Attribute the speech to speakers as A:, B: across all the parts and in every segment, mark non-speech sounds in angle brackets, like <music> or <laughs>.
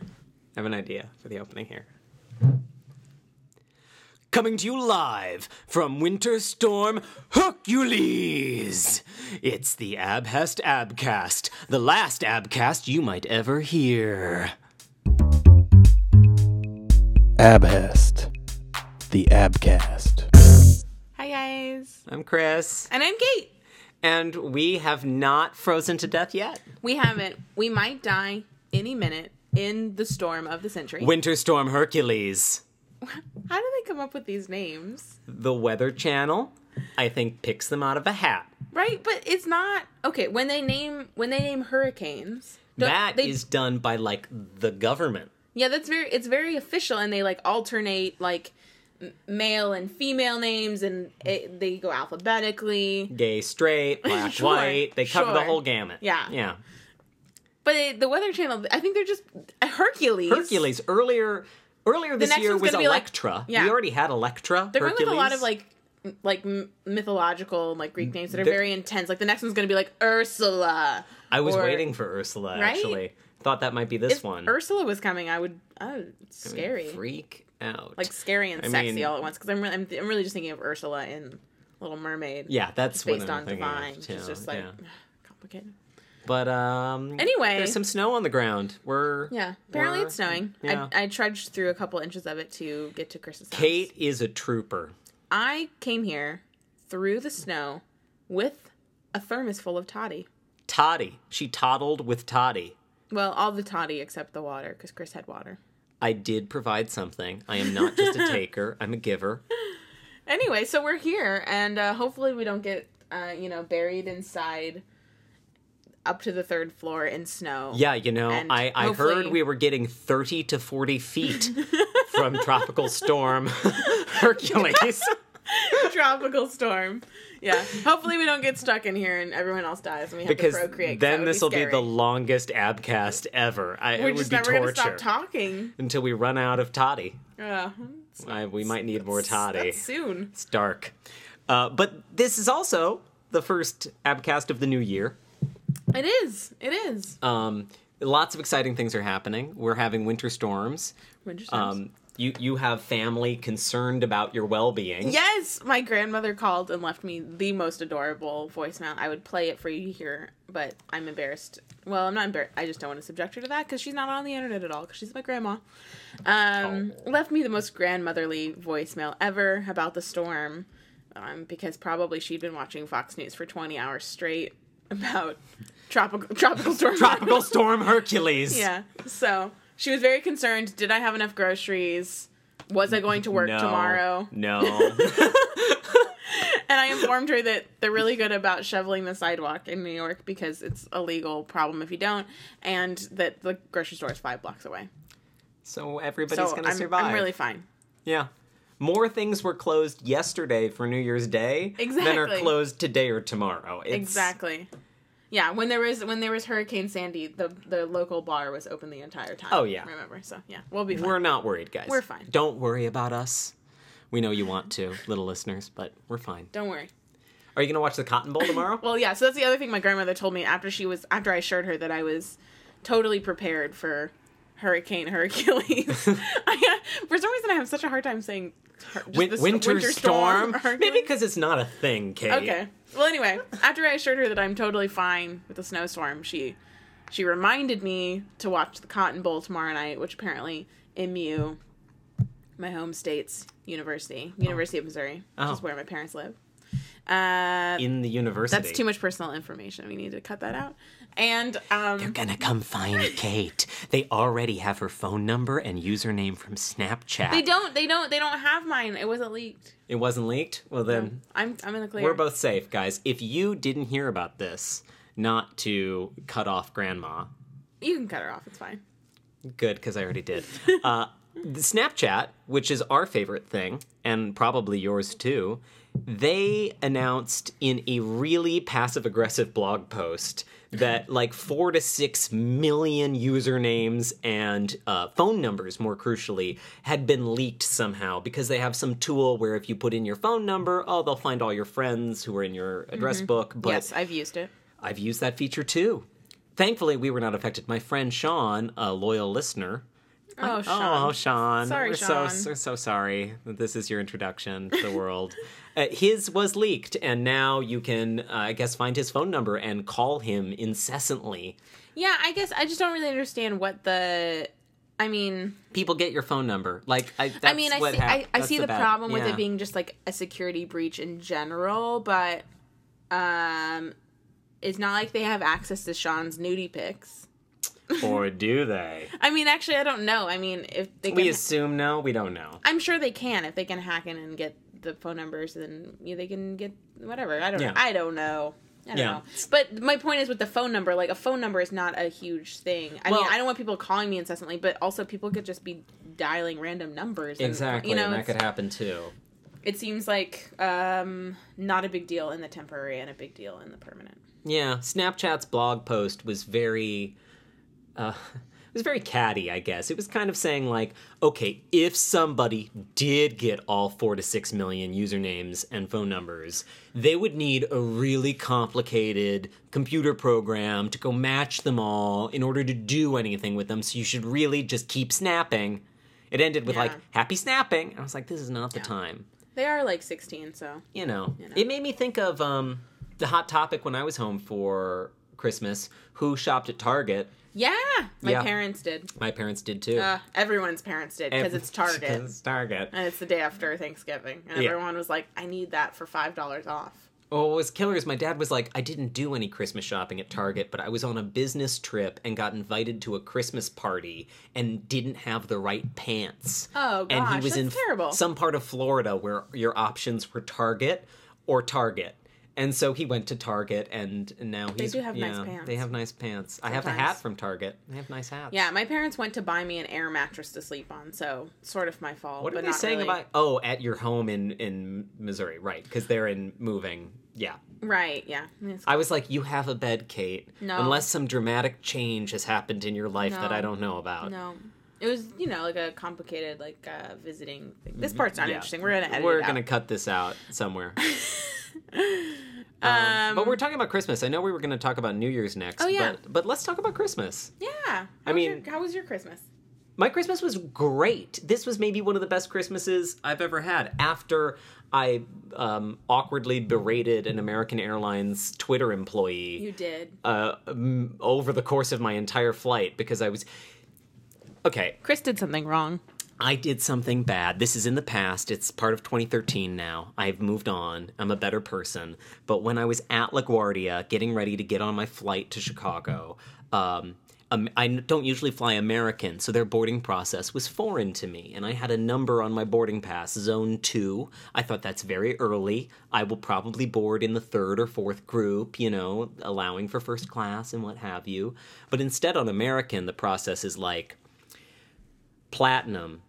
A: I have an idea for the opening here. Coming to you live from Winter Storm Hercules! It's the Abhest Abcast, the last Abcast you might ever hear.
B: Abhest, the Abcast.
C: Hi guys.
A: I'm Chris,
C: And I'm Kate.
A: and we have not frozen to death yet.
C: We haven't. We might die any minute in the storm of the century.
A: Winter Storm Hercules.
C: How do they come up with these names?
A: The Weather Channel, I think, picks them out of a hat.
C: Right? But it's not okay, when they name when they name hurricanes. don't-
A: That is
C: they,
A: done by, like, the government.
C: Yeah, that's very it's very official and they like alternate like m- male and female names and it, they go alphabetically.
A: Gay, straight, black,
C: <laughs> Sure,
A: white. They cover the
C: sure.
A: whole gamut.
C: Yeah.
A: Yeah.
C: But it, the Weather Channel, I think they're just Hercules.
A: Hercules earlier earlier this
C: next
A: year
C: one's
A: was
C: gonna be like-
A: Electra.
C: yeah.
A: We already had Electra.
C: They're going with a lot
A: Hercules.
C: of like m- like m- mythological like Greek names that are
A: They're-
C: very intense. Like the next one's going to be like Ursula.
A: I was
C: or-
A: waiting for Ursula
C: Right?
A: actually. Thought that might be this
C: If
A: one.
C: Ursula was coming, I would. Oh, scary.
A: Freak out.
C: like scary and
A: I
C: sexy
A: mean-
C: all at once. Because I'm really, I'm, I'm really just thinking of Ursula in Little Mermaid.
A: yeah, that's what
C: based
A: I'm
C: on
A: thinking of,
C: Divine.
A: too,
C: She's just like
A: yeah.
C: <sighs> complicated.
A: But um
C: Anyway.
A: there's some snow on the ground. We're
C: Yeah. Apparently
A: we're-
C: it's snowing.
A: Yeah.
C: I, I trudged through a couple inches of it to get to Chris's house.
A: Kate is a trooper.
C: I came here through the snow with a thermos full of toddy.
A: Toddy. She toddled with Toddy.
C: Well, all the toddy except the water, because Chris had water.
A: I did provide something. I am not just
C: <laughs>
A: a taker. I'm a giver.
C: anyway, so we're here, and uh, hopefully we don't get, uh, you know, buried inside up to the third floor in snow.
A: Yeah, you know,
C: And
A: I, I heard
C: hopefully-
A: we were getting 30 to 40 feet
C: <laughs>
A: from Tropical Storm <laughs> Hercules.
C: <laughs> Tropical storm. Yeah. Hopefully we don't get stuck in here and everyone else dies and we have
A: Because
C: to procreate. 'cause that
A: then
C: would
A: this will be
C: scary.
A: the longest abcast ever. I,
C: We're
A: it would
C: just
A: be
C: never
A: torture
C: gonna stop talking.
A: until we run out of toddy.
C: Uh,
A: I, we might need more toddy.
C: that's soon.
A: It's dark. Uh, but this is also the first abcast of the new year.
C: It is. It is.
A: Um, lots of exciting things are happening. We're having winter storms.
C: Winter storms.
A: Um, you you have family concerned about your well being.
C: Yes, my grandmother called and left me the most adorable voicemail. I would play it for you to hear, but I'm embarrassed. Well, I'm not embarrassed. I just don't want to subject her to that because she's not on the internet at all because she's my grandma. Um, Left me the most grandmotherly voicemail ever about the storm um, because probably she'd been watching Fox News for 20 hours straight about tropical, tropical storm.
A: Tropical storm Hercules.
C: <laughs> Yeah. So she was very concerned. Did I have enough groceries? Was I going to work
A: No.
C: tomorrow?
A: No.
C: <laughs> And I informed her that they're really good about shoveling the sidewalk in New York because it's a legal problem if you don't, and that the grocery store is five blocks away.
A: so everybody's
C: so
A: gonna
C: I'm,
A: survive.
C: I'm really fine.
A: yeah. More things were closed yesterday for New Year's Day than are
C: Exactly.
A: closed today or tomorrow. It's,
C: Exactly. Yeah, when there was when there was Hurricane Sandy, the the local bar was open the entire time.
A: Oh, yeah.
C: remember? So yeah, we'll be fine.
A: We're not worried, guys.
C: We're fine.
A: Don't worry about us. We know you want to, little listeners, but we're fine.
C: Don't worry.
A: Are you gonna watch the Cotton Bowl tomorrow?
C: <laughs> Well, yeah. So that's the other thing my grandmother told me after she was after I assured her that I was totally prepared for Hurricane <laughs> Hercules. I, uh, for some reason, I have such a hard time saying her- just
A: Win-
C: the st-
A: winter, storm?
C: Hercules.
A: Maybe because it's not a thing, Kate.
C: Okay. Well, anyway, after I assured her that I'm totally fine with the snowstorm, she she reminded me to watch the Cotton Bowl tomorrow night, which apparently MU, my home state's university, University of Missouri, which
A: Oh.
C: is where my parents live. Uh,
A: In the university.
C: that's too much personal information. We need to cut that out. And um,
A: Gonna come find Kate. They already have her phone number and username from Snapchat.
C: they don't. They don't. They don't have mine. It wasn't leaked.
A: It wasn't leaked. Well, then
C: I'm. I'm in the clear.
A: Mm-hmm. we're both safe, guys. If you didn't hear about this, not to cut off Grandma.
C: You can cut her off. It's fine.
A: Good, because I already did. uh, the Snapchat, which is our favorite thing, and probably yours too, they announced in a really passive aggressive blog post that like four to six million usernames and uh, phone numbers, more crucially, had been leaked somehow because they have some tool where if you put in your phone number, oh, they'll find all your friends who are in your address book. But
C: yes, I've used it.
A: I've used that feature too. Thankfully, we were not affected. My friend Sean, a loyal listener,
C: Oh, Sean.
A: Oh, Sean.
C: Sorry,
A: we're
C: Sean.
A: So, so, so sorry that this is your introduction to the world.
C: <laughs>
A: uh, his was leaked, and now you can, uh, I guess, find his phone number and call him incessantly.
C: Yeah, I guess I just don't really understand what the. I mean,
A: People get your phone number. Like, I, that's
C: I mean, I
A: what
C: see,
A: hap-
C: I, I
A: that's
C: see the,
A: bad-
C: problem with
A: yeah.
C: it being just like a security breach in general, but um, it's not like they have access to Sean's nudie pics.
A: Or do
C: <laughs>
A: they?
C: I mean, actually, I don't know. I mean, if they can,
A: we assume no. We don't know.
C: I'm sure they can if they can hack in and get the phone numbers, then yeah, they can get whatever. I don't.
A: Yeah.
C: know. I don't know. I don't
A: Yeah.
C: know. But my point is with the phone number, like a phone number is not a huge thing. I
A: Well-
C: mean, I don't want people calling me incessantly, but also people could just be dialing random numbers. and,
A: Exactly,
C: you know,
A: and that
C: it's-
A: could happen too.
C: it seems like um, not a big deal in the temporary and a big deal in the permanent.
A: Yeah, Snapchat's blog post was very uh <laughs> it was very catty, I guess. It was kind of saying like, okay, if somebody did get all 4 to 6 million usernames and phone numbers, they would need a really complicated computer program to go match them all in order to do anything with them, so you should really just keep snapping. It ended with like
C: Yeah.
A: happy snapping. and I was like, this is not the time
C: They are like 16, so
A: you know, it made me think of um, the hot topic when I was home for Christmas. Who shopped at Target?
C: yeah, my
A: Yeah.
C: parents did.
A: My parents did too.
C: Uh, everyone's parents did because it's
A: <laughs>
C: Target
A: 'Cause it's Target.
C: and it's the day after Thanksgiving, and
A: Yeah.
C: everyone was like, "I need that for five dollars off."
A: Well, what was killer is my dad was like, I didn't do any Christmas shopping at Target, but I was on a business trip and got invited to a Christmas party and didn't have the right pants.
C: Oh,
A: and he
C: gosh,
A: was
C: that's
A: in
C: terrible.
A: some part of Florida where your options were Target or Target. And so he went to Target, and now he's.
C: do have nice
A: yeah,
C: pants.
A: They have nice pants. I have a
C: Sometimes.
A: hat from Target. They have nice hats.
C: Yeah, my parents went to buy me an air mattress to sleep on, so sort of my fault.
A: What
C: but
A: are they
C: not
A: saying
C: really.
A: about? Oh, at your home in in Missouri, right? Because they're in moving. Yeah.
C: Right? Yeah. It's-
A: I was like, you have a bed, Kate.
C: No.
A: Unless some dramatic change has happened in your life that
C: No.
A: I don't know about.
C: no, it was you know like a complicated like uh, visiting. thing. This part's not
A: Yeah.
C: interesting. We're gonna edit.
A: We're
C: it out.
A: gonna cut this out
C: <laughs>
A: somewhere. Um, but we're talking about Christmas. I know we were going to talk about New Year's next.
C: Oh, yeah.
A: But, but let's talk about Christmas.
C: Yeah. How
A: I
C: was
A: mean-
C: your, how was your Christmas?
A: My Christmas was great. This was maybe one of the best Christmases I've ever had. After I um, awkwardly berated an American Airlines Twitter employee.
C: You did.
A: uh, m- over the course of my entire flight because I was. Okay,
C: Chris did something wrong.
A: I did something bad. This is in the past. It's part of 2013 now. I've moved on. I'm a better person. But when I was at LaGuardia getting ready to get on my flight to Chicago, um, um, I n- don't usually fly American, so their boarding process was foreign to me. And I had a number on my boarding pass, zone two. I thought that's very early. I will probably board in the third or fourth group, you know, allowing for first class and what have you. But instead, on American, the process is like, platinum,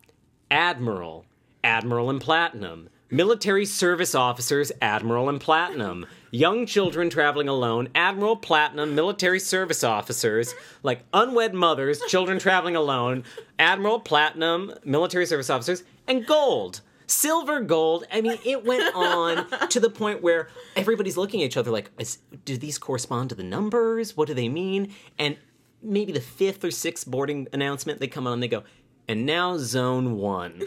A: admiral, admiral and platinum, military service officers, admiral and platinum, young children traveling alone, admiral, platinum, military service officers, like unwed mothers, children traveling alone, admiral, platinum, military service officers, and gold. Silver, gold. I mean, it went on to the point where everybody's looking at each other like, is, do these correspond to the numbers? What do they mean? And maybe the fifth or sixth boarding announcement, they come on and they go, and now zone one.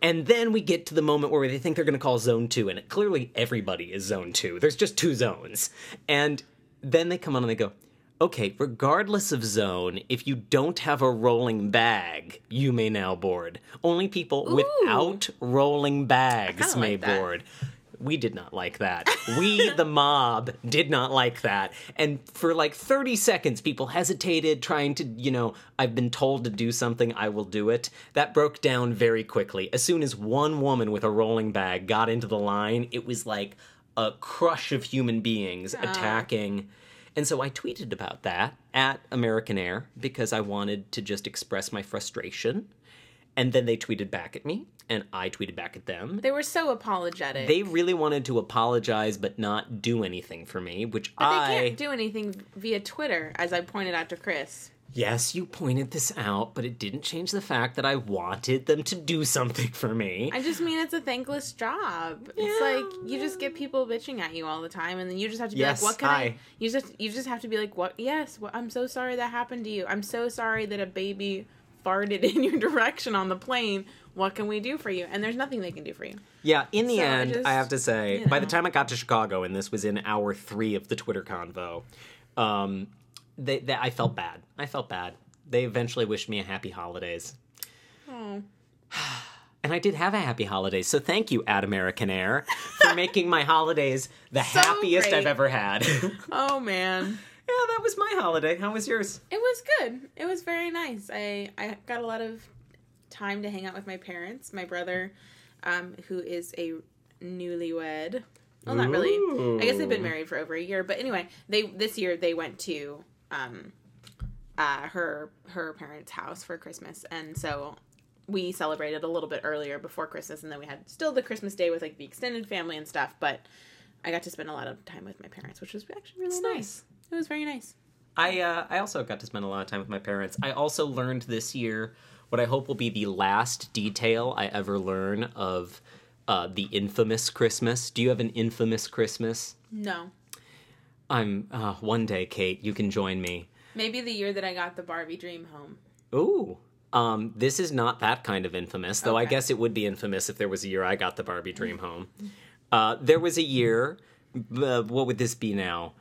A: and then we get to the moment where they think they're going to call zone two, and clearly everybody is zone two. There's just two zones. And then they come on and they go, okay, regardless of zone, if you don't have a rolling bag, you may now board. Only people without rolling bags
C: kinda
A: may
C: like that.
A: board board. We did not like that. We, the mob, did not like that. And for like 30 seconds, people hesitated, trying to, you know, I've been told to do something, I will do it. That broke down very quickly. As soon as one woman with a rolling bag got into the line, it was like a crush of human beings attacking. And so I tweeted about that at American Air because I wanted to just express my frustration. And then they tweeted back at me, and I tweeted back at them.
C: They were so apologetic.
A: They really wanted to apologize but not do anything for me, which
C: But
A: I
C: they can't do anything via Twitter, as I pointed out to Chris.
A: Yes, you pointed this out, but it didn't change the fact that I wanted them to do <laughs> something for me.
C: I just mean it's a thankless job. It's like you just get people bitching at you all the time, and then you just have to be
A: Yes,
C: like, "What can
A: hi.
C: I?" You just you just have to be like, "What? Yes, wha- I'm so sorry that happened to you. I'm so sorry that a baby farted <laughs> in your direction on the plane. What can we do for you? And there's nothing they can do for you.
A: Yeah, in the
C: So I
A: end, I,
C: just-
A: have to say,
C: you
A: by the
C: know.
A: time I got to Chicago, and this was in hour three of the Twitter convo, um, they, they, I felt bad. I felt bad. They eventually wished me a happy holidays. <sighs>
C: Oh.
A: And I did have a happy holiday. So thank you, at American Air,
C: <laughs>
A: for making my holidays the
C: So
A: happiest
C: great.
A: I've ever had. <laughs> yeah,
C: Oh man.
A: that was my holiday. How was yours?
C: It was good. It was very nice. I I got a lot of time to hang out with my parents. My brother, um, who is a newlywed. Well, not really. I guess they've been
A: Ooh.
C: married for over a year. But anyway, they this year they went to um, uh, her her parents' house for Christmas, and so we celebrated a little bit earlier before Christmas, and then we had still the Christmas day with like the extended family and stuff. But I got to spend a lot of time with my parents, which was actually really
A: It's
C: nice.
A: nice.
C: It was very nice.
A: I uh, I also got to spend a lot of time with my parents. I also learned this year what I hope will be the last detail I ever learn of uh, the infamous Christmas. Do you have an infamous Christmas?
C: No.
A: I'm uh, one day, Kate. You can join me.
C: Maybe the year that I got the Barbie dream home.
A: Ooh. Um, this is not that kind of infamous, though I
C: Okay.
A: guess it would be infamous if there was a year I got the Barbie dream home. Uh, there was a year, uh, what would this be now?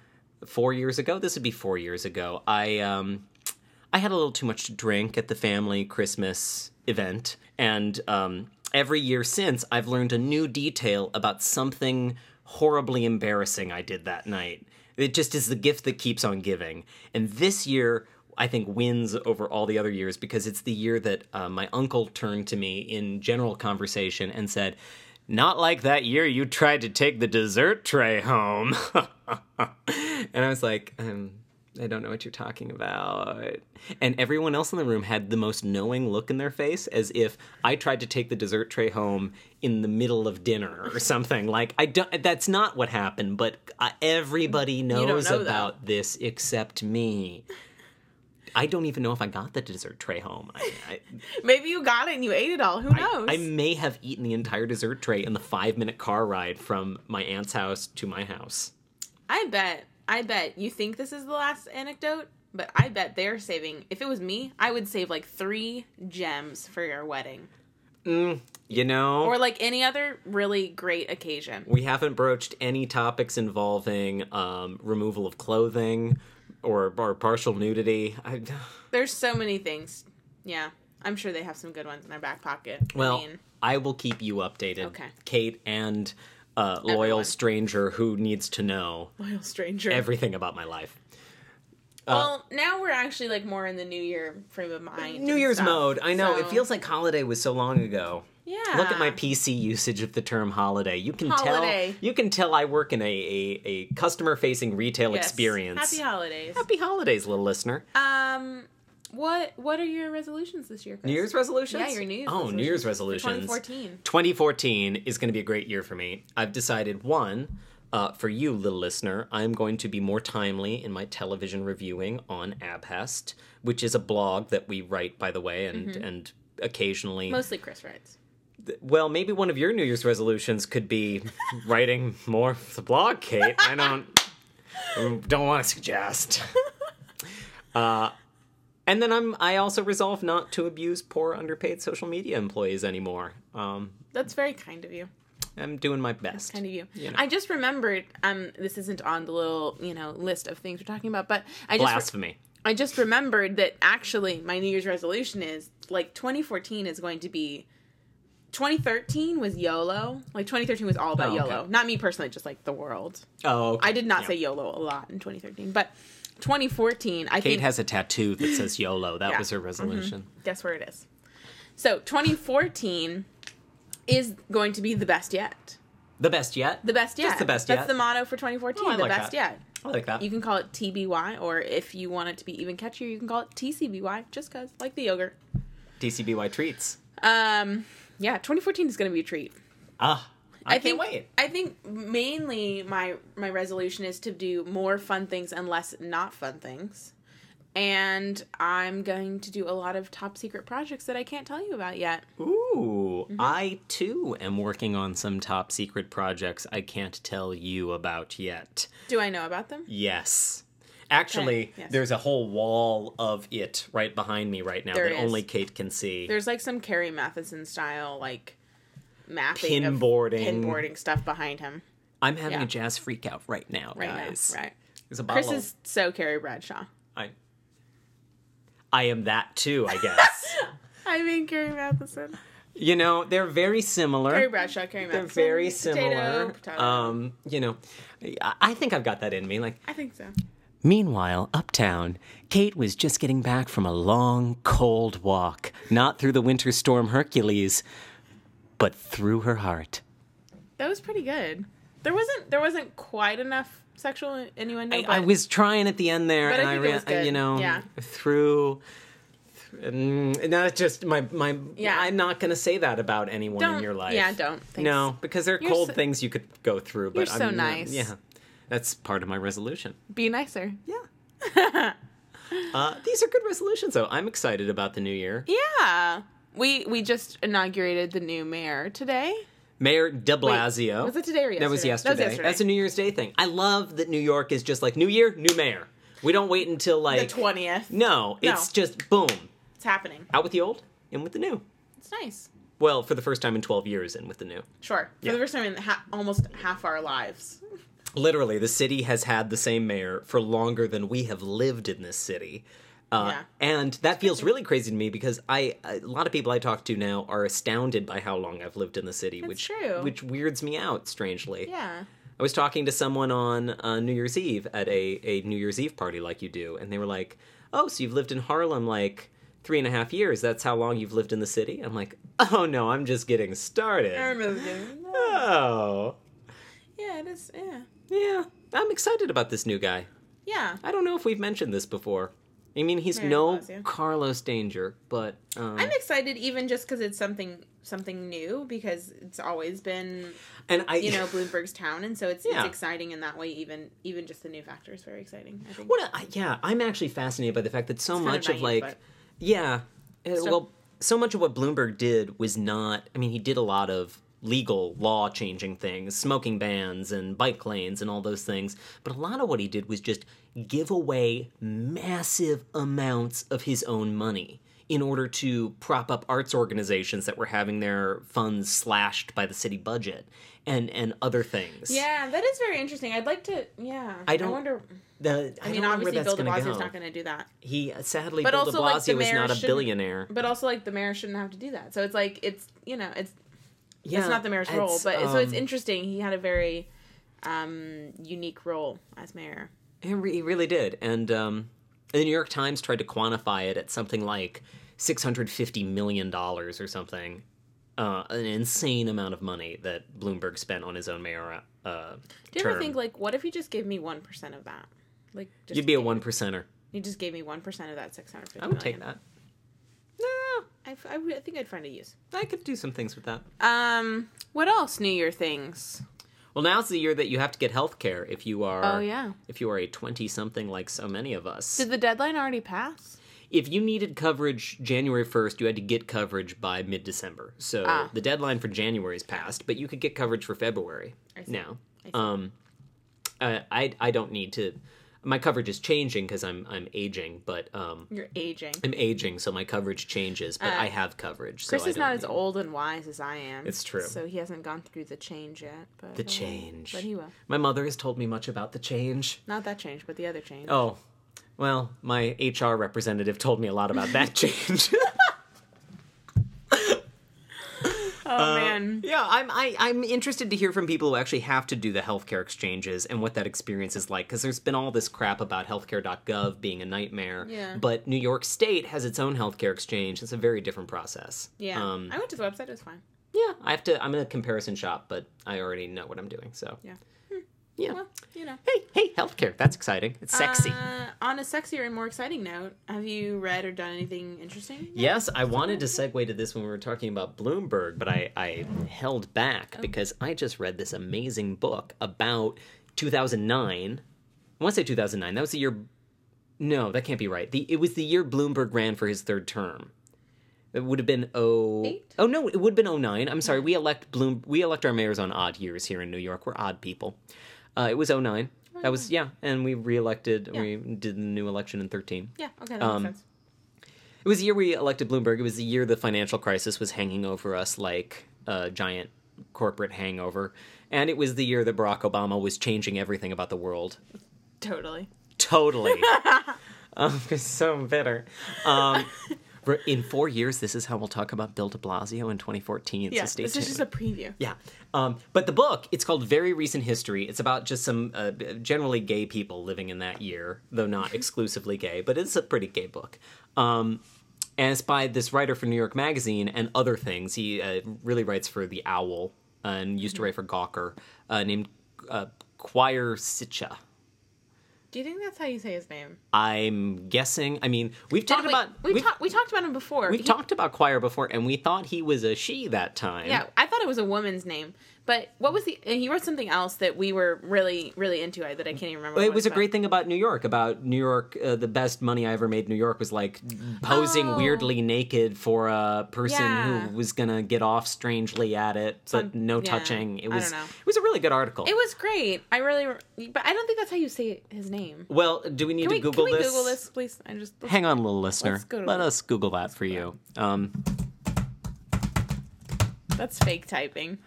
A: Four years ago? This would be four years ago. I, um, I had a little too much to drink at the family Christmas event. And um, every year since, I've learned a new detail about something horribly embarrassing I did that night. It just is the gift that keeps on giving. And this year, I think, wins over all the other years because it's the year that uh, my uncle turned to me in general conversation and said, Not like that year you tried to take the dessert tray home. <laughs> and I was like, um, I don't know what you're talking about. And everyone else in the room had the most knowing look in their face as if I tried to take the dessert tray home in the middle of dinner
C: <laughs>
A: or something. Like I don't that's not what happened, but uh, everybody
C: don't
A: knows
C: know that.
A: about this except me. I don't even know if I got the dessert tray home. I, I,
C: Maybe you got it and you ate it all. Who knows?
A: I
C: <laughs>
A: may have eaten the entire dessert tray in the five minute car ride from my aunt's house to my house.
C: I bet. I bet you think this is the last anecdote, but I bet they're saving. If it was me, I would save like three gems for your wedding
A: You know?
C: or like any other really great occasion.
A: We haven't broached any topics involving um, removal of clothing or, or partial nudity. I,
C: There's so many things. Yeah. I'm sure they have some good ones in their back pocket.
A: well,
C: I mean,
A: I will keep you updated,
C: Okay.
A: Kate and uh, loyal
C: Everyone.
A: stranger who needs to know
C: loyal stranger.
A: everything about my life. uh,
C: well, now we're actually like more in the New Year frame of mind.
A: New
C: and
A: Year's
C: stuff,
A: mode. I know it
C: so-
A: feels like holiday was so long ago.
C: Yeah.
A: Look at my PC usage of the term holiday. You can
C: Holiday.
A: tell. You can tell I work in a a, a customer facing retail
C: Yes.
A: experience.
C: Happy holidays.
A: Happy holidays, little listener.
C: Um, what what are your resolutions this year? Chris?
A: New Year's resolutions?
C: Yeah, your New Year's
A: Oh, New Year's resolutions.
C: resolutions for 2014.
A: 2014 is going to be a great year for me. I've decided one, uh, for you, little listener, I'm going to be more timely in my television reviewing on Abhest, which is a blog that we write, by the way, and and occasionally.
C: Mostly Chris writes.
A: well, maybe one of your New Year's resolutions could be writing more for the blog, Kate. I don't don't want to suggest. Uh, And then I'm I also resolve not to abuse poor underpaid social media employees anymore. Um,
C: That's very kind of you.
A: I'm doing my best.
C: Kind of you.
A: You know.
C: I just remembered. Um, this isn't on the little you know list of things we're talking about, but I just
A: Blasphemy.
C: I just remembered that actually my New Year's resolution is like 2014 is going to be. 2013 was YOLO. Like 2013 was all about
A: Oh, okay.
C: YOLO. Not me personally, just like the world.
A: Oh, okay.
C: I did not
A: Yeah.
C: say YOLO a lot in 2013, but 2014, I
A: Kate
C: think
A: has a tattoo that says YOLO. That
C: Yeah. Mm-hmm.
A: was her resolution.
C: guess where it is. So 2014 is going to be the best yet.
A: The best yet.
C: The best yet.
A: Just the best
C: That's
A: yet.
C: the motto for 2014.
A: Oh, I
C: the
A: like
C: best
A: that.
C: yet.
A: I like that.
C: You can call it TBY, or if you want it to be even catchier, you can call it TCBY, just cause, like the yogurt.
A: DCBY treats.
C: Um, yeah, 2014 is going to be a treat.
A: Ah, I, can't
C: think,
A: wait.
C: I think mainly my my resolution is to do more fun things and less not fun things. And I'm going to do a lot of top secret projects that I can't tell you about yet.
A: Ooh,
C: Mm-hmm.
A: I too am working on some top secret projects I can't tell you about yet.
C: Do I know about them?
A: Yes. Actually,
C: yes.
A: there's a whole wall of it right behind me right now
C: There
A: that
C: is.
A: only Kate can see.
C: There's like some Carrie Matheson style like mapping of
A: Pinboarding.
C: pinboarding stuff behind him
A: I'm having
C: yeah.
A: a jazz freak out right now,
C: right
A: guys.
C: now. Right.
A: There's a bottle.
C: Chris is so Carrie Bradshaw.
A: I, I am that too, I
C: <laughs>
A: guess.
C: I mean Carrie Matheson.
A: you know, they're very similar.
C: Carrie Bradshaw, Carrie
A: they're
C: Matheson.
A: very
C: Potato,
A: similar.
C: potato.
A: Um, you know, I, I think I've got that in me. Like,
C: I think so.
A: Meanwhile, uptown, Kate was just getting back from a long, cold walk, not through the winter storm Hercules, but through her heart.
C: That was pretty good. There wasn't there wasn't quite enough sexual innuendo.
A: I,
C: but
A: I was trying at the end there,
C: But I
A: and I,
C: think it
A: ran,
C: was good.
A: you know,
C: Yeah.
A: through. th- mm, Not just my my.
C: Yeah.
A: I'm not gonna say that about anyone
C: don't
A: in your life.
C: Yeah, don't. Thanks.
A: No, because there are
C: You're
A: cold
C: so-
A: things you could go through. But
C: You're so
A: I'm not-
C: nice.
A: yeah, that's part of my resolution.
C: Be nicer.
A: Yeah. <laughs> uh, these are good resolutions, though. I'm excited about the new year.
C: Yeah. We we just inaugurated the new mayor today.
A: Mayor de Blasio.
C: was it today or
A: That was yesterday.
C: yesterday? That was yesterday.
A: That's a New Year's Day thing. I love that New York is just like New Year, new mayor. We don't wait until
C: The
A: like
C: twentieth.
A: No, it's just boom.
C: It's happening.
A: Out with the old, in with the new.
C: It's nice.
A: Well, for the first time in 12 years, in with the new.
C: Sure. For
A: Yeah.
C: the first time in ha- almost half our lives.
A: Literally, the city has had the same mayor for longer than we have lived in this city. Uh,
C: Yeah.
A: And that feels really crazy to me because I a lot of people I talk to now are astounded by how long I've lived in the city, which
C: true.
A: which weirds me out strangely.
C: Yeah.
A: I was talking to someone on uh, New Year's Eve at a, a New Year's Eve party, like you do, and they were like, Oh, so you've lived in Harlem like three and a half years. That's how long you've lived in the city? I'm like, Oh, no, I'm just getting started.
C: <laughs>
A: Oh,
C: Yeah, it is. Yeah.
A: yeah. I'm excited about this new guy.
C: Yeah.
A: I don't know if we've mentioned this before. I mean, he's
C: Mary
A: no
C: Blasio.
A: Carlos Danger, but. Um,
C: I'm excited even just because it's something something new because it's always been
A: and I.
C: you know Bloomberg's town and so it's
A: Yeah.
C: it's exciting in that way even even just the new factor is very exciting I think
A: What a, I- yeah, I'm actually fascinated by the fact that so
C: It's kind
A: much
C: of
A: of
C: naive,
A: like,
C: but-
A: yeah, uh, well, so much of what Bloomberg did was not. I mean, he did a lot of legal law changing things, smoking bans and bike lanes and all those things. But a lot of what he did was just give away massive amounts of his own money in order to prop up arts organizations that were having their funds slashed by the city budget and and other things.
C: yeah that is very interesting I'd like to yeah
A: I don't-
C: wonder
A: The,
C: I,
A: don't know
C: mean
A: where
C: obviously
A: that's
C: Bill De
A: gonna
C: Blasio's
A: go.
C: not going to do that
A: He sadly,
C: But
A: Bill De
C: also, like, the
A: Blasio was
C: mayor
A: not a
C: shouldn't-
A: billionaire.
C: but also like the mayor shouldn't have to do that so it's like it's you know it's
A: Yeah,
C: it's not the mayor's role but so it's
A: um,
C: interesting he had a very um unique role as mayor
A: He re- he really did, and um, the New York Times tried to quantify it at something like six hundred fifty million dollars or something. Uh, an insane amount of money that Bloomberg spent on his own mayor uh,
C: do you
A: term.
C: ever think like what if you just gave me one percent of that like just
A: You'd be a one percenter.
C: You just gave me one percent of that six hundred fifty.
A: I would take that. No,
C: I, f- I would- I think I'd find a use.
A: I could do some things with that.
C: Um, what else? New Year things.
A: Well, now's the year that you have to get health care if you are.
C: Oh, yeah.
A: If you are a twenty something like so many of us.
C: Did the deadline already pass?
A: if you needed coverage January 1st, you had to get coverage by mid December. So
C: Ah.
A: the deadline for January is passed, but you could get coverage for February
C: see.
A: now.
C: I see.
A: Um, I, I, I don't need to. My coverage is changing because I'm, I'm aging, but um,
C: You're aging.
A: I'm aging, so my coverage changes, but
C: Uh,
A: I have coverage. So
C: Chris
A: I
C: is
A: don't
C: not as
A: need-
C: old and wise as I am.
A: It's true.
C: So he hasn't gone through the change yet. But
A: The
C: uh,
A: change.
C: But he will.
A: My mother has told me much about the change.
C: Not that change, but the other change.
A: Oh, well, my HR representative told me a lot about that <laughs> change. uh,
C: Oh, man.
A: Yeah, I'm I, I'm interested to hear from people who actually have to do the healthcare exchanges and what that experience is like because there's been all this crap about healthcare.gov being a nightmare.
C: Yeah.
A: But New York State has its own healthcare exchange. It's a very different process.
C: Yeah.
A: Um,
C: I went to the website. It was fine.
A: yeah. I have to. I'm in a comparison shop, but I already know what I'm doing. So. Hmm.
C: Yeah.
A: Yeah.
C: Well, you know.
A: hey, hey, healthcare. That's exciting. It's sexy.
C: Uh, on a sexier and more exciting note, have you read or done anything interesting?
A: Yes, I wanted to segue to this when we were talking about Bloomberg, but I, I held back
C: Oh.
A: because I just read this amazing book about 2009. I want to say 2009. That was the year. No, that can't be right. The, it was the year Bloomberg ran for his third term. It would have been oh
C: Eight?
A: oh no, it would have been 09. I'm sorry. We elect Bloom. We elect our mayors on odd years here in New York. We're odd people. Uh, it was 09. That was yeah, and we reelected.
C: Oh, Yeah.
A: We did the new election in thirteen.
C: Yeah. Okay. That
A: Um,
C: makes sense.
A: It was the year we elected Bloomberg. It was the year the financial crisis was hanging over us like a giant corporate hangover, and it was the year that Barack Obama was changing everything about the world.
C: Totally. <laughs>
A: Totally. um, it's so bitter. Um, re- in four years, this is how we'll talk about Bill de Blasio in 2014.
C: Yeah.
A: so stay
C: this
A: tuned.
C: is just a preview.
A: Yeah. Um, but the book, it's called Very Recent History. It's about just some uh, generally gay people living in that year, though
C: <laughs>
A: not exclusively gay, but it's a pretty gay book. Um, and it's by this writer for New York Magazine and other things. He uh, really writes for The Owl and
C: Mm-hmm.
A: used to write for Gawker, uh, named uh, Choir Sitcha.
C: Do you think that's how you say his name?
A: I'm guessing. I mean, we've talked
C: Oh, Wait,
A: about
C: we
A: we've,
C: talked we talked about him before.
A: we've
C: He-
A: talked about choir before, and we thought he was a she that time.
C: Yeah, I thought it was a woman's name, but what was the? and He wrote something else that we were really, really into. I that I can't even remember.
A: But
C: what
A: it was a
C: but-
A: great thing about New York. About New York, uh, the best money I ever made. in New York was like posing
C: Oh.
A: weirdly naked for a person
C: Yeah.
A: who was gonna get off strangely at it, but
C: Um,
A: no
C: yeah,
A: touching. It
C: I
A: was
C: don't know.
A: it was a really good article.
C: It was great. I really, but I don't think that's how you say his name.
A: well, do we need
C: Can
A: to
C: we,
A: Google
C: can we
A: this?
C: Google this, please? I just
A: Hang on, little listener.
C: Let's go to
A: Let
C: the-
A: us Google that for you. Um,
C: that's fake typing.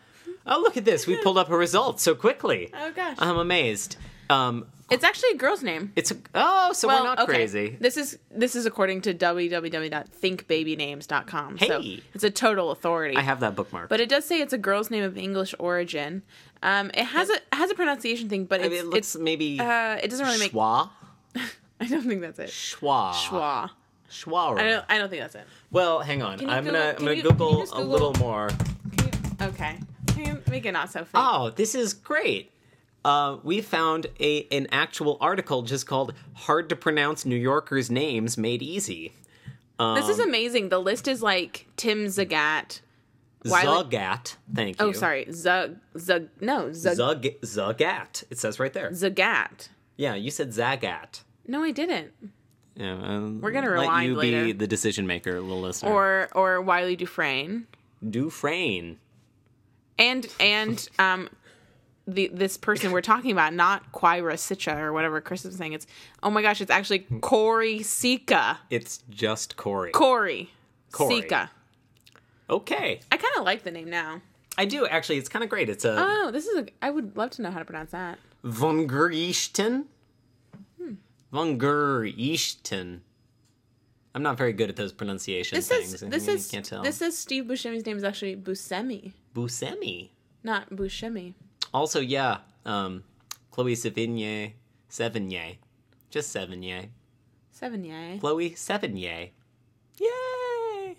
A: oh, look at this! We pulled up a result so quickly.
C: Oh gosh,
A: I'm amazed. Um,
C: it's actually a girl's name.
A: it's a, oh, so
C: Well,
A: we're not
C: okay.
A: crazy.
C: This is this is according to www.thinkbabynames.com. so
A: Hey.
C: it's a total authority.
A: I have that bookmark.
C: but it does say it's a girl's name of English origin. Um, it has a it has a pronunciation thing, but
A: I
C: it's,
A: mean, it looks
C: it's
A: maybe
C: uh, it doesn't really make.
A: schwa,
C: <laughs> I don't think that's it.
A: schwa,
C: Schwa.
A: schwa.
C: I don't, I don't think that's it.
A: Well, hang on.
C: Can you
A: I'm
C: Google-
A: gonna I'm
C: can
A: gonna
C: you- can you
A: Google,
C: just
A: a
C: Google-
A: little more.
C: Okay. Can you make it not so fake?
A: Oh, this is great. Uh, we found a an actual article just called "Hard to Pronounce New Yorkers' Names Made Easy." Um,
C: this is amazing. The list is like Tim Zagat. Why would-
A: Zugat. Thank you.
C: Oh, sorry. Zug. Zug. No. Zug.
A: Zug Zugat. It says right there.
C: Zagat.
A: Yeah, you said Zagat.
C: No, I didn't.
A: Yeah, um,
C: We're gonna
A: let
C: rewind
A: you be
C: later.
A: the decision maker, little listener.
C: Or or Wiley Dufresne
A: Dufresne.
C: and and um. The, this person we're talking about, not Quira Sitcha or whatever Chris is saying. It's oh my gosh, it's actually Corey Sika.
A: It's just Corey.
C: Corey,
A: Corey.
C: Sika.
A: okay,
C: I kind of like the name now.
A: I do actually. It's kind of great. It's a
C: Oh, this is a. I would love to know how to pronounce that.
A: Von Geriechten? Von Geriechten. I'm not very good at those pronunciation
C: This
A: things.
C: is
A: I
C: this
A: mean,
C: is
A: you can't tell.
C: this is Steve Buscemi's name is actually Buscemi,
A: Buscemi.
C: not Buscemi.
A: Also, yeah, um, Chloe Sevigny. Sevigny. Just Sevigny.
C: Seven yay.
A: Chloe Sevigny. Yay!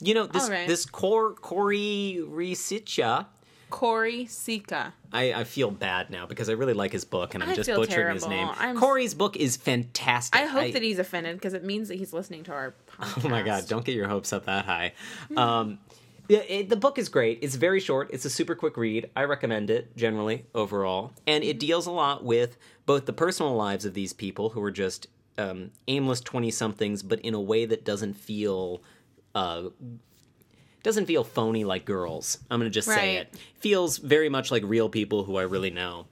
A: You know, this
C: All right.
A: this Cor Corey Resicha.
C: Corey Sika.
A: I, I feel bad now because I really like his book and I'm
C: I
A: just
C: feel
A: butchering his name.
C: terrible. I'm s-
A: Corey's book is fantastic.
C: I hope that he's offended because it means that he's listening to our
A: <laughs>
C: podcast.
A: Oh my god, don't get your hopes up that high. Um, yeah, it- the book is great. It's very short. It's a super quick read. I recommend it generally overall, and it deals a lot with both the personal lives of these people who are just um, aimless twenty somethings, but in a way that doesn't feel uh, doesn't feel phony like girls. I'm gonna just say
C: Right.
A: it feels very much like real people who I really know,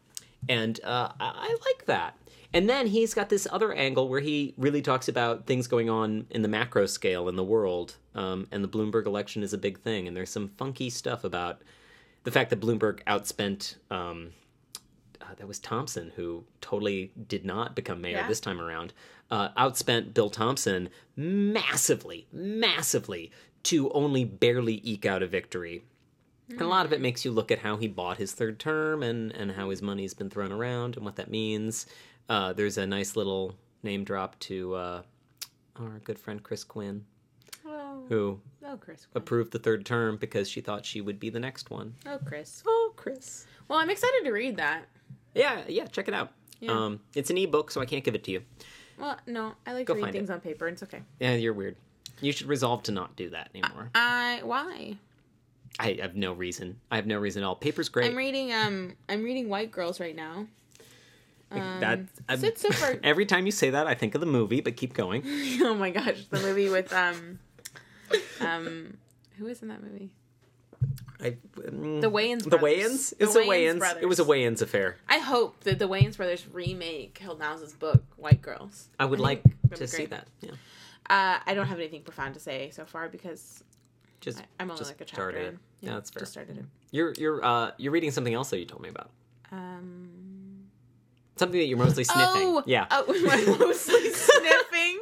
A: and uh, I, I like that. And then he's got this other angle where he really talks about things going on in the macro scale in the world, um, and the Bloomberg election is a big thing. And there's some funky stuff about the fact that Bloomberg outspent. Um, uh, that was Thompson who totally did not become mayor
C: Yeah.
A: this time around. Uh, outspent Bill Thompson massively, massively to only barely eke out a victory. And a lot of it makes you look at how he bought his third term and, and how his money's been thrown around and what that means. Uh, there's a nice little name drop to uh, our good friend Chris Quinn,
C: Oh,
A: who
C: oh, Chris.
A: approved the third term because she thought she would be the next one.
C: Oh, Chris.
A: Oh, Chris.
C: Well, I'm excited to read that.
A: Yeah, yeah, check it out.
C: Yeah.
A: Um, it's an ebook, so I can't give it to you.
C: Well, no, I like
A: Go
C: to read
A: find
C: things on paper. It's okay.
A: Yeah, you're weird. You should resolve to not do that anymore.
C: I why
A: I have no reason. I have no reason at all. Paper's great.
C: I'm reading um I'm reading White Girls right now.
A: that I'm-
C: um, so it's super-
A: <laughs> every time you say that, I think of the movie. But keep going.
C: <laughs> oh my <laughs> gosh, the movie with um um who is in that movie?
A: I, mm,
C: The Wayans
A: the
C: brothers.
A: Wayans.
C: The
A: It's a
C: Wayans
A: Wayans. It was a
C: brothers.
A: Wayans affair.
C: I hope that the Wayans brothers remake Hilton House's book White Girls.
A: I would
C: think
A: like
C: that'd be
A: to see
C: great.
A: that. Yeah,
C: Uh, I don't have anything profound to say so far because
A: just
C: I, I'm only
A: just
C: like a chapter
A: started
C: in.
A: it. Yeah, that's fair.
C: Just started it.
A: You're you're uh you're reading something else that you told me about.
C: Um,
A: Something that you're mostly sniffing.
C: Oh,
A: yeah,
C: Oh, <laughs> I'm mostly sniffing.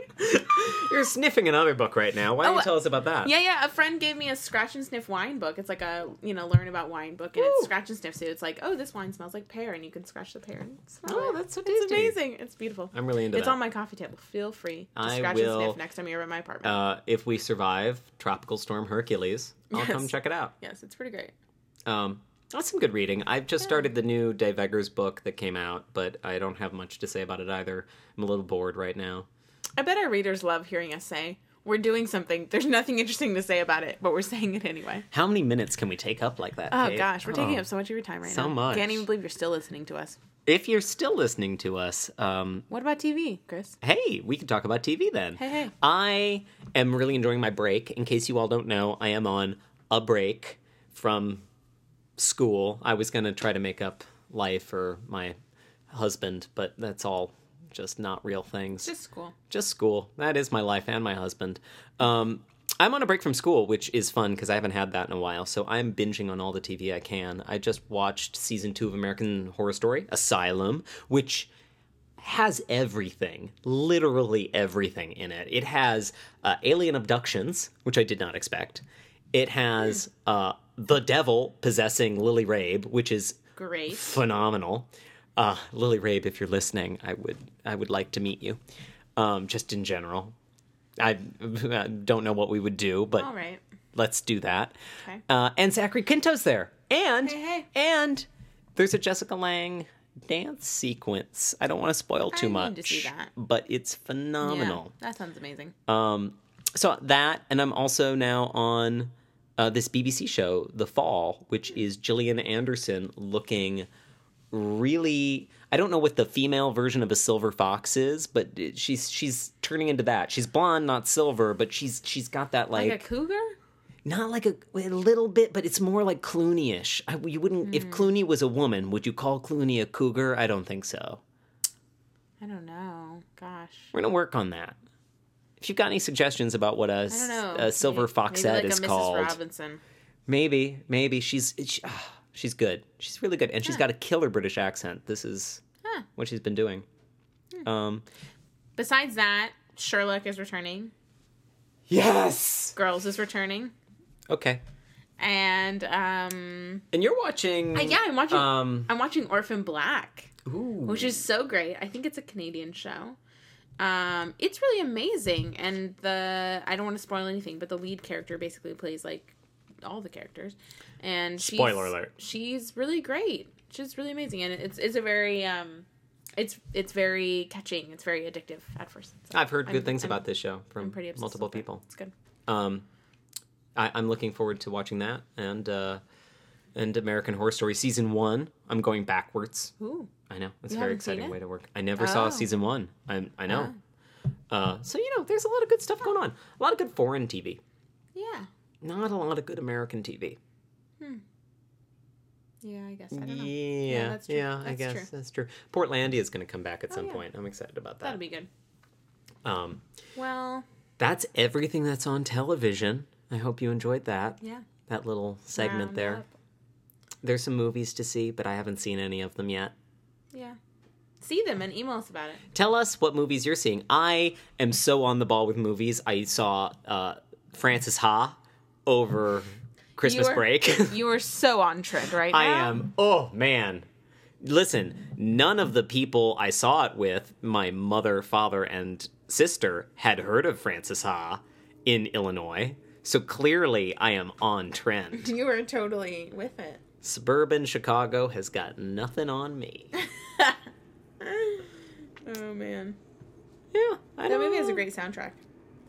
A: you're sniffing another book right now. Why don't
C: Oh,
A: you tell us about that?
C: Yeah, yeah. A friend gave me a scratch and sniff wine book. It's like a you know learn about wine book, and it's
A: Ooh.
C: scratch and sniff. So it's like, oh, this wine smells like pear, and you can scratch the pear. And smell
A: Oh,
C: it.
A: that's so
C: it's
A: tasty.
C: amazing. It's beautiful.
A: I'm really into
C: it's
A: that.
C: on my coffee table. Feel free to
A: I
C: scratch and
A: will,
C: sniff next time you're at my apartment.
A: uh, if we survive Tropical Storm Hercules, I'll come
C: Yes.
A: check it out.
C: yes, it's pretty great.
A: Um, that's some good reading. I've just started the new Dave Eggers book that came out, but I don't have much to say about it either. I'm a little bored right now.
C: I bet our readers love hearing us say we're doing something. There's nothing interesting to say about it, but we're saying
A: <laughs>
C: it anyway.
A: How many minutes can we take up like that?
C: Oh
A: Kate?
C: gosh, we're taking
A: Oh.
C: up so much of your time right
A: So
C: now.
A: much.
C: Can't even believe you're still listening to us.
A: If you're still listening to us, um,
C: What about TV, Chris?
A: hey, we can talk about TV then.
C: Hey, hey.
A: I am really enjoying my break. In case you all don't know, I am on a break from school. I was going to try to make up life for my husband, but that's all just not real things.
C: Just school.
A: just school. That is my life and my husband. Um, I'm on a break from school, which is fun because I haven't had that in a while. So I'm binging on all the TV I can. I just watched season two of American Horror Story, Asylum, which has everything, literally everything in it. It has uh, alien abductions, which I did not expect. It has uh, the devil possessing Lily Rabe, which is
C: Great.
A: phenomenal. Uh, Lily Rabe, if you're listening, I would I would like to meet you. Um, just in general, I, <laughs> I don't know what we would do, but
C: All right.
A: let's do that.
C: Okay.
A: Uh, and Zachary Quinto's there, and
C: Hey, hey.
A: and there's a Jessica Lang dance sequence. I don't want to spoil too
C: I
A: much,
C: need to see that.
A: but it's
C: Yeah,
A: phenomenal
C: that sounds amazing.
A: so that and i'm also now on uh, this bbc show the fall which is gillian anderson looking really i don't know what the female version of a silver fox is but it- she's she's turning into that she's blonde not silver but she's she's got that like,
C: like a cougar?
A: not like a, a little bit but it's more like clooney-ish I, you wouldn't
C: Mm.
A: if clooney was a woman would you call clooney a cougar i don't think so
C: I don't know. Gosh.
A: we're gonna work on that if you've got any suggestions about what a,
C: I
A: s-
C: don't know.
A: a silver
C: Maybe-
A: foxette
C: maybe like a
A: is
C: Mrs.
A: called
C: Robinson.
A: Maybe, maybe she's she, ah, she's good. She's really good, and she's got a killer British accent. This is
C: Huh.
A: what she's been doing.
C: Hmm.
A: Um,
C: Besides that, Sherlock is returning.
A: yes.
C: Girls is returning.
A: Okay,
C: And um
A: and you're watching.
C: uh, yeah, I'm watching
A: Um,
C: I'm watching Orphan Black,
A: ooh.
C: which is so great. I think it's a Canadian show. Um it's really amazing and the I don't want to spoil anything, but the lead character basically plays like all the characters. And she's,
A: Spoiler alert.
C: She's really great. She's really amazing and it's it's a very um it's it's very catching. It's very addictive at first. So
A: I've heard good
C: I'm-
A: things
C: I'm-
A: about this show from
C: I'm pretty obsessed
A: multiple
C: with it.
A: people.
C: It's good.
A: Um, I, I'm looking forward to watching that and uh, and American Horror Story season one. I'm going backwards.
C: Ooh.
A: I know it's
C: You
A: a very
C: haven't seen
A: exciting
C: it?
A: way to work. I never saw
C: Oh. Ah.
A: season one. I I know. Uh, so you know, there's a lot of good stuff going on. A lot of good foreign TV.
C: Yeah.
A: not a lot of good American TV.
C: Yeah, I guess. I don't know.
A: Yeah,
C: Yeah, that's true.
A: yeah, I
C: That's
A: guess
C: true. Oh,
A: that's true. Portlandia is going to come back at some
C: yeah.
A: point. I'm excited about that.
C: That'll be good.
A: um,
C: Well,
A: that's everything that's on television. I hope you enjoyed that.
C: yeah.
A: That little segment
C: round
A: there.
C: up.
A: There's some movies to see, but I haven't seen any of them yet.
C: Yeah. See them and email us about it.
A: Tell us what movies you're seeing. I am so on the ball with movies. I saw uh, Francis Ha
C: <laughs>
A: over Christmas
C: are-
A: break. <laughs>
C: You are so on trend right now.
A: I am. Oh man. Listen, none of the people I saw it with, my mother, father, and sister, had heard of Francis Ha in Illinois. So clearly I am on trend.
C: <laughs> You are totally with it.
A: Suburban Chicago has got nothing on
C: <laughs>
A: me.
C: Oh man,
A: Yeah. I
C: that
A: don't
C: movie has a
A: know.
C: great soundtrack.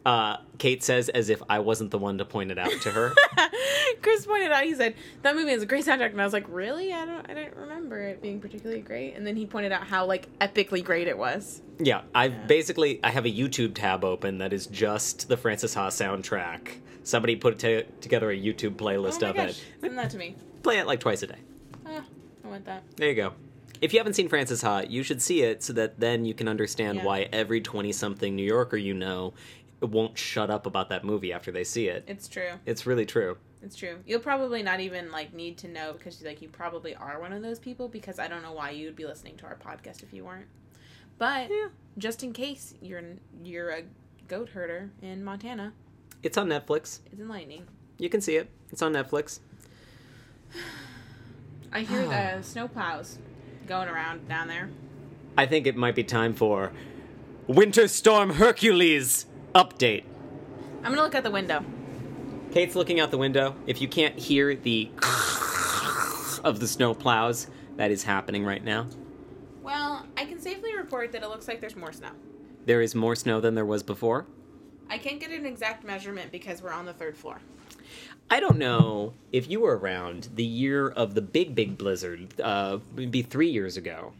A: uh Kate says as if I wasn't the one to point it out to
C: <laughs>
A: her.
C: <laughs> Chris pointed out. He said that movie has a great soundtrack, and I was like, really? I don't. I don't remember it being particularly great. And then he pointed out how like epically great it was.
A: Yeah, I basically I have a YouTube tab open that is just the Francis Ha soundtrack Somebody put to- together a YouTube playlist
C: oh my
A: of
C: gosh,
A: it.
C: send that to me.
A: Play it like twice a day.
C: Ah, I want that.
A: There you go. If you haven't seen Francis Ha, you should see it so that then you can understand
C: Yeah.
A: why every 20 something New Yorker you know won't shut up about that movie after they see it.
C: It's true.
A: It's really true.
C: It's true. You'll probably not even like need to know because like you probably are one of those people because I don't know why you'd be listening to our podcast if you weren't. But just in case you're you're a goat herder in Montana,
A: It's on Netflix.
C: it's enlightening.
A: You can see it. It's on Netflix.
C: I hear
A: Ah.
C: the snow plows going around down there.
A: I think it might be time for Winter Storm Hercules update.
C: I'm gonna look out the window.
A: Kate's looking out the window. If you can't hear the <laughs> of the snow plows, that is happening right now.
C: Well, I can safely report that it looks like there's more snow.
A: There is more snow than there was before.
C: I can't get an exact measurement because we're on the third floor.
A: I don't know if you were around the year of the big, big blizzard, uh, would be three years ago,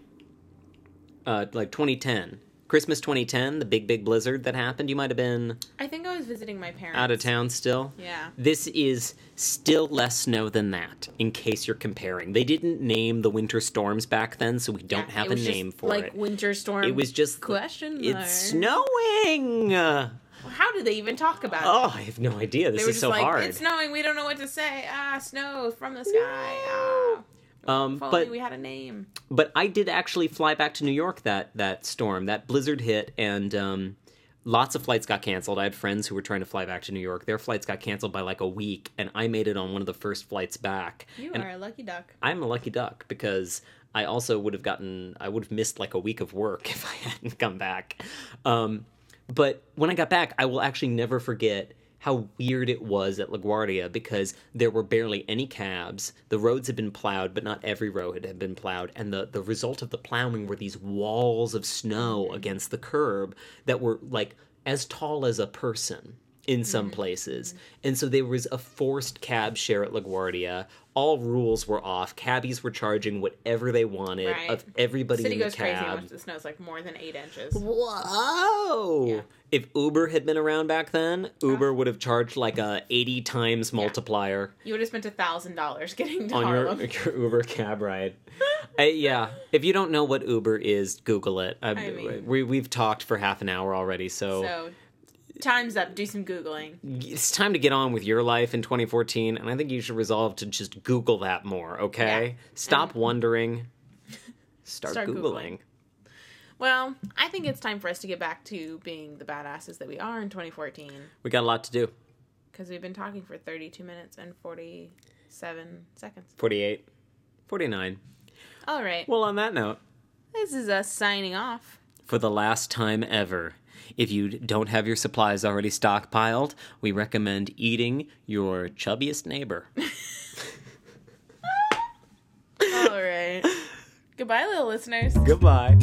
A: uh, like 2010. Christmas 2010, the big, big blizzard that happened. You might have been
C: I think I was visiting my parents.
A: out of town still.
C: Yeah.
A: This is still less snow than that, in case you're comparing. They didn't name the winter storms back then, so we don't
C: Yeah,
A: have
C: it
A: a
C: was just
A: name for
C: like
A: it.
C: winter storm.
A: It was just
C: question mark.
A: It's snowing. Uh,
C: How do they even talk about it?
A: Oh, I have no idea. This
C: They were
A: is
C: just
A: so
C: like,
A: hard.
C: it's snowing. We don't know what to say. Ah, snow from the sky. Ah.
A: um,
C: If only
A: but
C: we had a name.
A: but I did actually fly back to New York that that storm, that blizzard hit, and um, lots of flights got canceled. I had friends who were trying to fly back to New York. Their flights got canceled by like a week, and I made it on one of the first flights back.
C: You
A: and
C: are a lucky duck.
A: I'm a lucky duck because I also would have gotten I would have missed like a week of work <laughs> if I hadn't come back. Um, but when I got back, I will actually never forget how weird it was at LaGuardia because there were barely any cabs. The roads had been plowed, but not every road had been plowed. And the, the result of the plowing were these walls of
C: Mm-hmm.
A: snow against the curb that were like as tall as a person
C: Mm-hmm.
A: in some places. And so there was a forced cab share at LaGuardia. All rules were off. Cabbies were charging whatever they wanted
C: Right.
A: of everybody
C: City
A: in the
C: goes crazy
A: cab.
C: once the snow's like more than eight inches.
A: Whoa!
C: Yeah.
A: If Uber had been around back then, Uber would have charged like a 80 times multiplier
C: You would have spent a thousand dollars getting to
A: on your, <laughs>
C: Harlem.
A: your Uber cab ride. Uh, yeah. If you don't know what Uber is, Google it. I,
C: I mean-
A: we, we've talked for half an hour already,
C: So, time's up. Do some googling.
A: it's time to get on with your life in 2014 and i think you should resolve to just google that more okay
C: Yeah. Mm-hmm.
A: stop wondering start,
C: Start
A: googling.
C: Googling. Well, I think it's time for us to get back to being the badasses that we are in 2014
A: we got a lot to do
C: because we've been talking for 32 minutes and 47 seconds.
A: 48 49
C: All right.
A: well on that note
C: This is us signing off.
A: for the last time ever if you don't have your supplies already stockpiled we recommend eating your chubbiest neighbor
C: All right. <laughs> Goodbye, little listeners.
A: goodbye